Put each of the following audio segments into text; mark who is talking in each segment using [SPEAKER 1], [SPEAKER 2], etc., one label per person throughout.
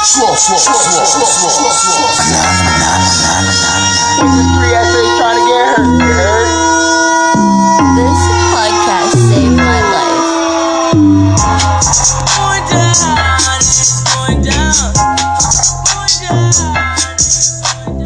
[SPEAKER 1] Slow, slow, slow, slow, slow, slow, slow.
[SPEAKER 2] This is three essays trying to get hurt. You heard?
[SPEAKER 3] This podcast saved my life.
[SPEAKER 4] Going down, it's going down, going down.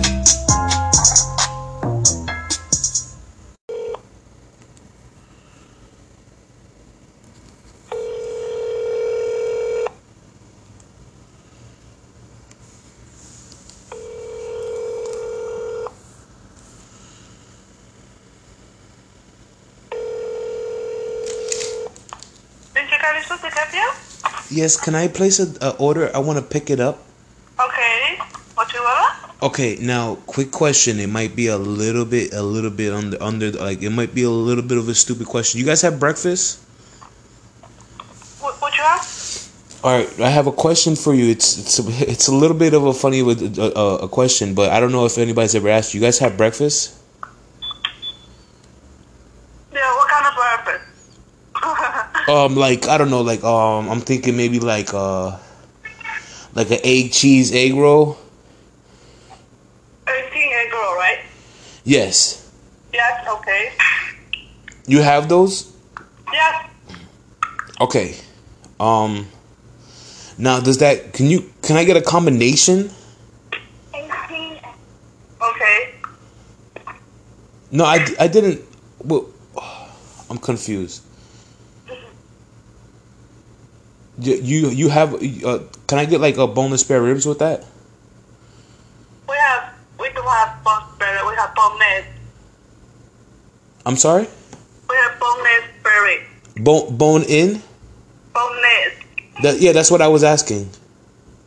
[SPEAKER 5] Did you guys supposed to help you?
[SPEAKER 6] Yes, can I place a, a order? I want to pick it up.
[SPEAKER 5] Okay. What you want?
[SPEAKER 6] Okay, now quick question. It might be a little bit, a little bit under, under, like it might be a little bit of a stupid question. You guys have breakfast?
[SPEAKER 5] What, what you want?
[SPEAKER 6] All right, I have a question for you. It's it's a, it's a little bit of a funny with a, a, a question, but I don't know if anybody's ever asked. You guys have breakfast?
[SPEAKER 5] Yeah, what kind of breakfast?
[SPEAKER 6] Um, like I don't know, like um, I'm thinking maybe like uh, like an egg cheese egg roll.
[SPEAKER 5] 18 egg roll, right?
[SPEAKER 6] Yes,
[SPEAKER 5] Yes, okay.
[SPEAKER 6] you have those.
[SPEAKER 5] Yes.
[SPEAKER 6] Okay. Um. Now, does that can you can I get a combination?
[SPEAKER 5] 18 Okay.
[SPEAKER 6] No, I I didn't. Well, I'm confused. You you, you have uh, can I get like a boneless spare ribs with that?
[SPEAKER 5] We have, we don't have bone berry, we have boneless.
[SPEAKER 6] I'm sorry.
[SPEAKER 5] We have boneless berry.
[SPEAKER 6] Bone bone in.
[SPEAKER 5] Boneless.
[SPEAKER 6] That yeah, that's what I was asking.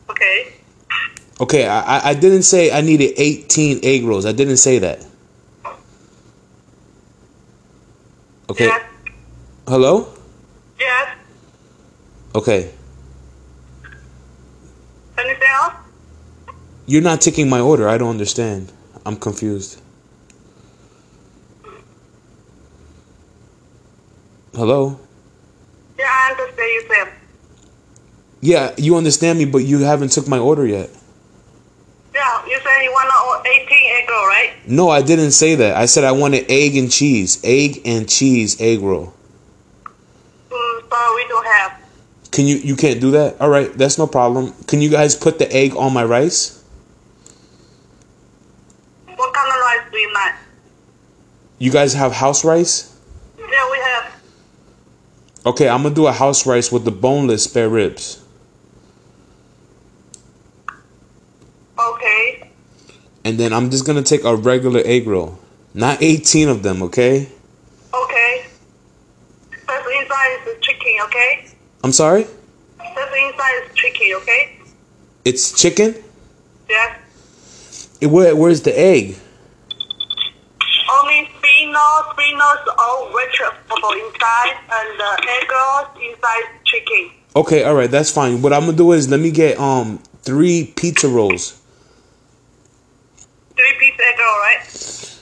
[SPEAKER 5] Okay.
[SPEAKER 6] Okay, I, I- I didn't say I needed 18 egg rolls. I didn't say that. Okay.
[SPEAKER 5] Yes.
[SPEAKER 6] Hello?
[SPEAKER 5] Yes.
[SPEAKER 6] Okay.
[SPEAKER 5] Anything else?
[SPEAKER 6] You're not taking my order. I don't understand. I'm confused. Hello?
[SPEAKER 5] Yeah, I understand you, Sam.
[SPEAKER 6] Yeah, you understand me, but you haven't took my order yet.
[SPEAKER 5] Yeah, you said you want to 18 egg roll, right?
[SPEAKER 6] No, I didn't say that. I said I wanted egg and cheese. Egg and cheese egg roll.
[SPEAKER 5] Mm, sorry, we don't have.
[SPEAKER 6] Can you you can't do that? All right, that's no problem. Can you guys put the egg on my rice?
[SPEAKER 5] What kind of rice do you want?
[SPEAKER 6] You guys have house rice?
[SPEAKER 5] Yeah, we have.
[SPEAKER 6] Okay, I'm gonna do a house rice with the boneless spare ribs.
[SPEAKER 5] Okay.
[SPEAKER 6] And then I'm just gonna take a regular egg roll. Not 18 of them, okay?
[SPEAKER 5] Okay. That's inside is tricky, okay?
[SPEAKER 6] I'm sorry?
[SPEAKER 5] That's inside is tricky, okay?
[SPEAKER 6] It's chicken?
[SPEAKER 5] Yes.
[SPEAKER 6] It- where, where's the egg?
[SPEAKER 5] Only spinach, spinach all vegetable inside, and the egg rolls inside chicken.
[SPEAKER 6] Okay, alright, that's fine. What I'm gonna do is let me get um three pizza rolls.
[SPEAKER 5] Three piece egg roll, right?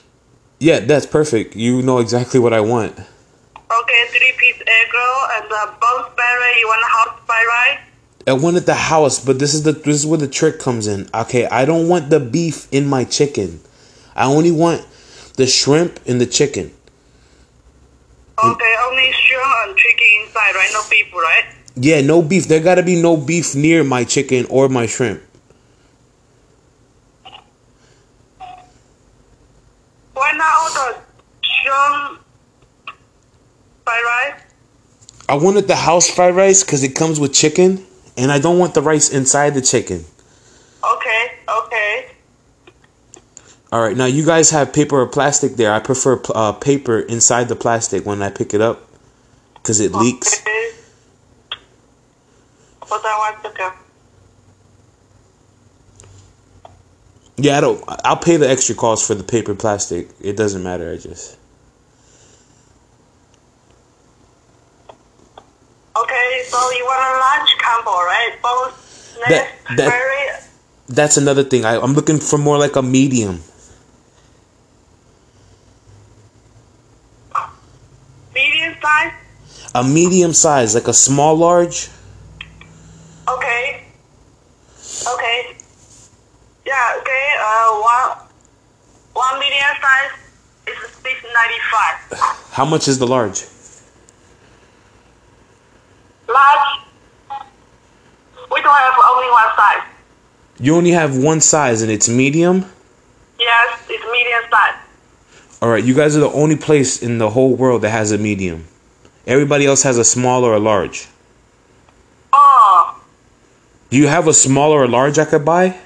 [SPEAKER 6] Yeah, that's perfect. You know exactly what I want.
[SPEAKER 5] Okay, three piece egg roll and the bone berry. You want house by right?
[SPEAKER 6] I wanted the house, but this is the this is where the trick comes in. Okay, I don't want the beef in my chicken. I only want the shrimp and the chicken.
[SPEAKER 5] Okay, only shrimp and chicken inside, right? No beef, right?
[SPEAKER 6] Yeah, no beef. There gotta be no beef near my chicken or my shrimp.
[SPEAKER 5] Why not order shrimp by right?
[SPEAKER 6] I wanted the house fried rice because it comes with chicken, and I don't want the rice inside the chicken.
[SPEAKER 5] Okay, okay.
[SPEAKER 6] All right, now you guys have paper or plastic there. I prefer pl- uh, paper inside the plastic when I pick it up because it leaks.
[SPEAKER 5] Okay. Hold on one second.
[SPEAKER 6] Yeah, I don't. I- I'll pay the extra cost for the paper plastic. It doesn't matter. I just.
[SPEAKER 5] Okay, so you want a lunch combo, right? Both
[SPEAKER 6] That-
[SPEAKER 5] nest,
[SPEAKER 6] that-
[SPEAKER 5] berry.
[SPEAKER 6] That's another thing. I, I'm looking for more like a medium.
[SPEAKER 5] medium size.
[SPEAKER 6] A medium size, like a small large.
[SPEAKER 5] Okay. uh, Okay.
[SPEAKER 6] How much is the large?
[SPEAKER 5] Large. We do have only one size.
[SPEAKER 6] You only have one size and it's medium?
[SPEAKER 5] Yes, it's medium size.
[SPEAKER 6] All right, you guys are the only place in the whole world that has a medium. Everybody else has a small or a large.
[SPEAKER 5] Oh,
[SPEAKER 6] Do you have a small or a large I could buy?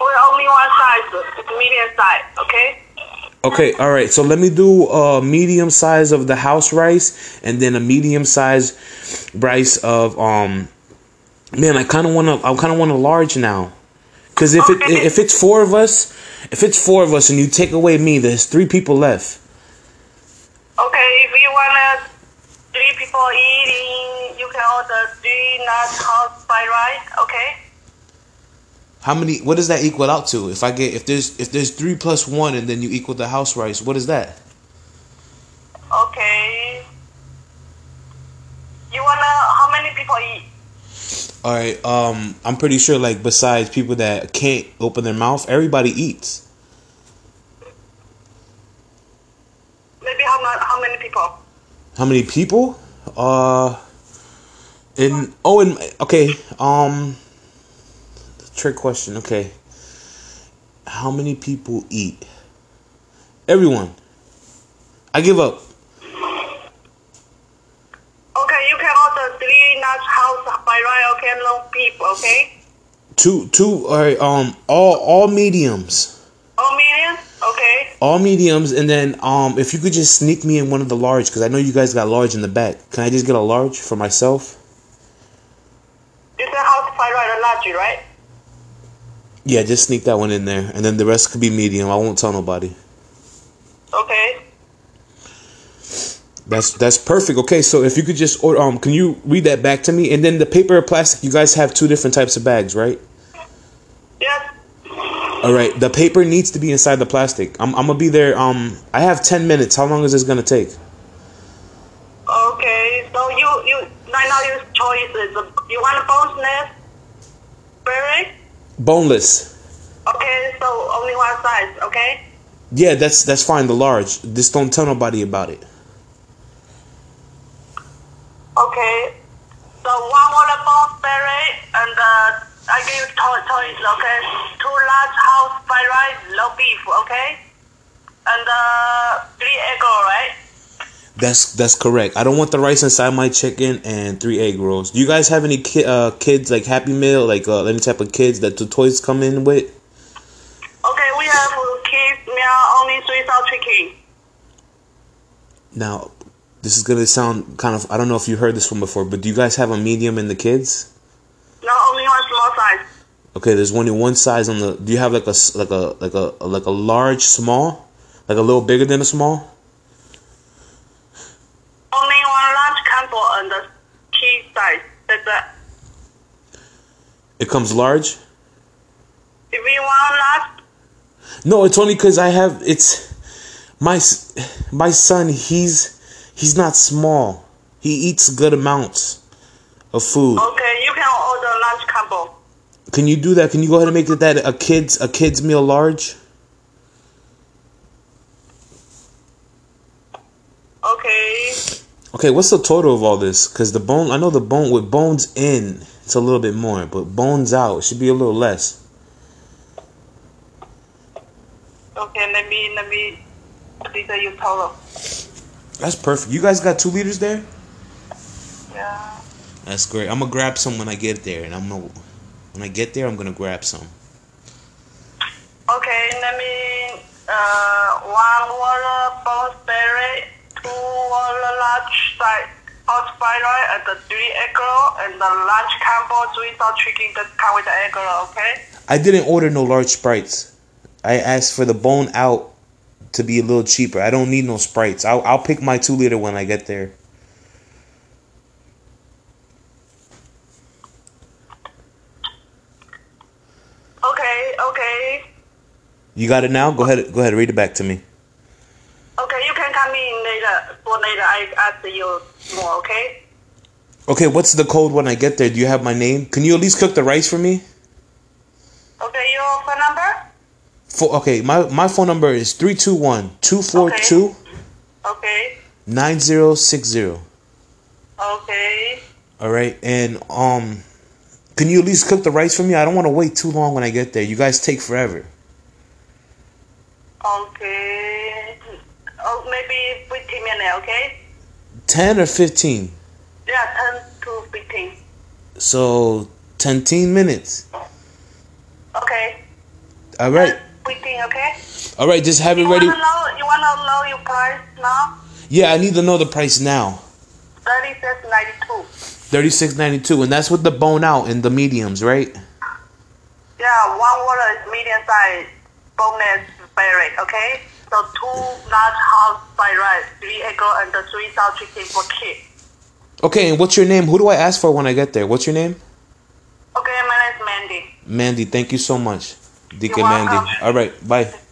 [SPEAKER 5] we're only one size. It's medium size. Okay.
[SPEAKER 6] Okay, all right. So let me do a medium size of the house rice and then a medium size rice of um man, I kind of want to I kind of want a large now. Cuz if it
[SPEAKER 5] Okay.
[SPEAKER 6] if it's four of us, if it's four of us and you take away me, there's three people left.
[SPEAKER 5] Okay. If you wanna three people eating, you can order three not hot fried rice. Okay.
[SPEAKER 6] How many what does that equal out to? If I get if there's if there's 3 plus 1 and then you equal the house rice, what is that?
[SPEAKER 5] Okay. You wanna how many people eat?
[SPEAKER 6] All right, um I'm pretty sure like besides people that can't open their mouth, everybody eats.
[SPEAKER 5] Maybe how much? How many people?
[SPEAKER 6] How many people? Uh, in oh, in okay. Um, trick question. Okay, how many people eat? Everyone. I give up.
[SPEAKER 5] Okay, you can order three nuts house by right. Okay, no peep. Okay.
[SPEAKER 6] Two, two. All right. Um, all, all mediums,
[SPEAKER 5] Oh, medium. Okay.
[SPEAKER 6] all mediums, and then um, if you could just sneak me in one of the large, because I know you guys got large in the back. Can I just get a large for myself?
[SPEAKER 5] You said house by right and large, right?
[SPEAKER 6] Yeah, just sneak that one in there, and then the rest could be medium. I won't tell nobody.
[SPEAKER 5] Okay.
[SPEAKER 6] That's that's perfect. Okay, so if you could just order, um, can you read that back to me? And then the paper or plastic, you guys have two different types of bags, right?
[SPEAKER 5] Yes.
[SPEAKER 6] All right, the paper needs to be inside the plastic. I'm, I'm gonna be there. Um, I have ten minutes. How long is this gonna take?
[SPEAKER 5] Okay. So you you right now your choice is you want boneless, berry.
[SPEAKER 6] Boneless.
[SPEAKER 5] Okay. So only one size. Okay.
[SPEAKER 6] Yeah, that's that's fine. The large. Just don't tell nobody about it.
[SPEAKER 5] Okay. So one water bomb berry and uh, I give you to- choice, okay? Two large house fried rice, no beef, okay? And uh, three egg roll, right?
[SPEAKER 6] That's that's correct. I don't want the rice inside my chicken and three egg rolls. Do you guys have any ki- uh, kids like Happy Meal, like uh, any type of kids that the toys come in with?
[SPEAKER 5] Okay, we have kids meal only three South chicken.
[SPEAKER 6] Now, this is gonna sound kind of I don't know if you heard this one before, but do you guys have a medium in the kids?
[SPEAKER 5] No, only one small size.
[SPEAKER 6] Okay, there's only one size on the. Do you have like a s- like a like a like a large small, like a little bigger than a small?
[SPEAKER 5] Only one large combo and the key size. That's it.
[SPEAKER 6] It comes large.
[SPEAKER 5] If you want large,
[SPEAKER 6] No, it's only because I have it's my s- my son. He's he's not small. He eats good amounts of food.
[SPEAKER 5] okay, you can order large combo.
[SPEAKER 6] Can you do that? Can you go ahead and make it that a kids a kids meal large?
[SPEAKER 5] Okay.
[SPEAKER 6] Okay, what's the total of all this? Because the bone, I know the bone with bones in, it's a little bit more, but bones out, it should be a little less.
[SPEAKER 5] Okay, let me, let me, uh, these are your total.
[SPEAKER 6] That's perfect. You guys got two liters there?
[SPEAKER 5] Yeah.
[SPEAKER 6] That's great. I'm gonna grab some when I get there, and I'm gonna when I get there, I'm gonna grab some.
[SPEAKER 5] Okay, let me uh one water bone berry, two water large size hot fried rice and the three egg roll and the large combo three sauce chicken that come with the egg roll, okay?
[SPEAKER 6] I didn't order no large sprites. I asked for the bone out to be a little cheaper. I don't need no sprites. I'll I'll pick my two liter when I get there.
[SPEAKER 5] Okay, okay.
[SPEAKER 6] You got it now? Go ahead. Go ahead. Read it back to me.
[SPEAKER 5] Okay, you can come in later for later I ask you more, okay?
[SPEAKER 6] Okay, what's the code when I get there? Do you have my name? Can you at least cook the rice for me?
[SPEAKER 5] Okay, your phone number?
[SPEAKER 6] Fo okay, my, my phone number is 321 242
[SPEAKER 5] Okay.
[SPEAKER 6] 9060.
[SPEAKER 5] Okay.
[SPEAKER 6] All right. And um can you at least cook the rice for me? I don't want to wait too long when I get there. You guys take forever.
[SPEAKER 5] Okay. Oh, maybe 15 minutes, okay?
[SPEAKER 6] 10 or 15.
[SPEAKER 5] Yeah, 10 to 15.
[SPEAKER 6] So 10 minutes.
[SPEAKER 5] Okay.
[SPEAKER 6] All right.
[SPEAKER 5] 15, okay?
[SPEAKER 6] All right, just have it
[SPEAKER 5] You
[SPEAKER 6] ready.
[SPEAKER 5] wanna know, you wanna know your price now?
[SPEAKER 6] Yeah, I need to know the price now.
[SPEAKER 5] 36.92.
[SPEAKER 6] 36.92 and that's with the bone out and the mediums, right?
[SPEAKER 5] Yeah, one water is medium size boneless berry, okay? So two large house by right, three egg and the three sour chicken for kid.
[SPEAKER 6] Okay, and what's your name? Who do I ask for when I get there? What's your name?
[SPEAKER 5] Okay, my name is Mandy.
[SPEAKER 6] Mandy, thank you so much. DK
[SPEAKER 5] You're
[SPEAKER 6] Mandy.
[SPEAKER 5] welcome.
[SPEAKER 6] All right, bye.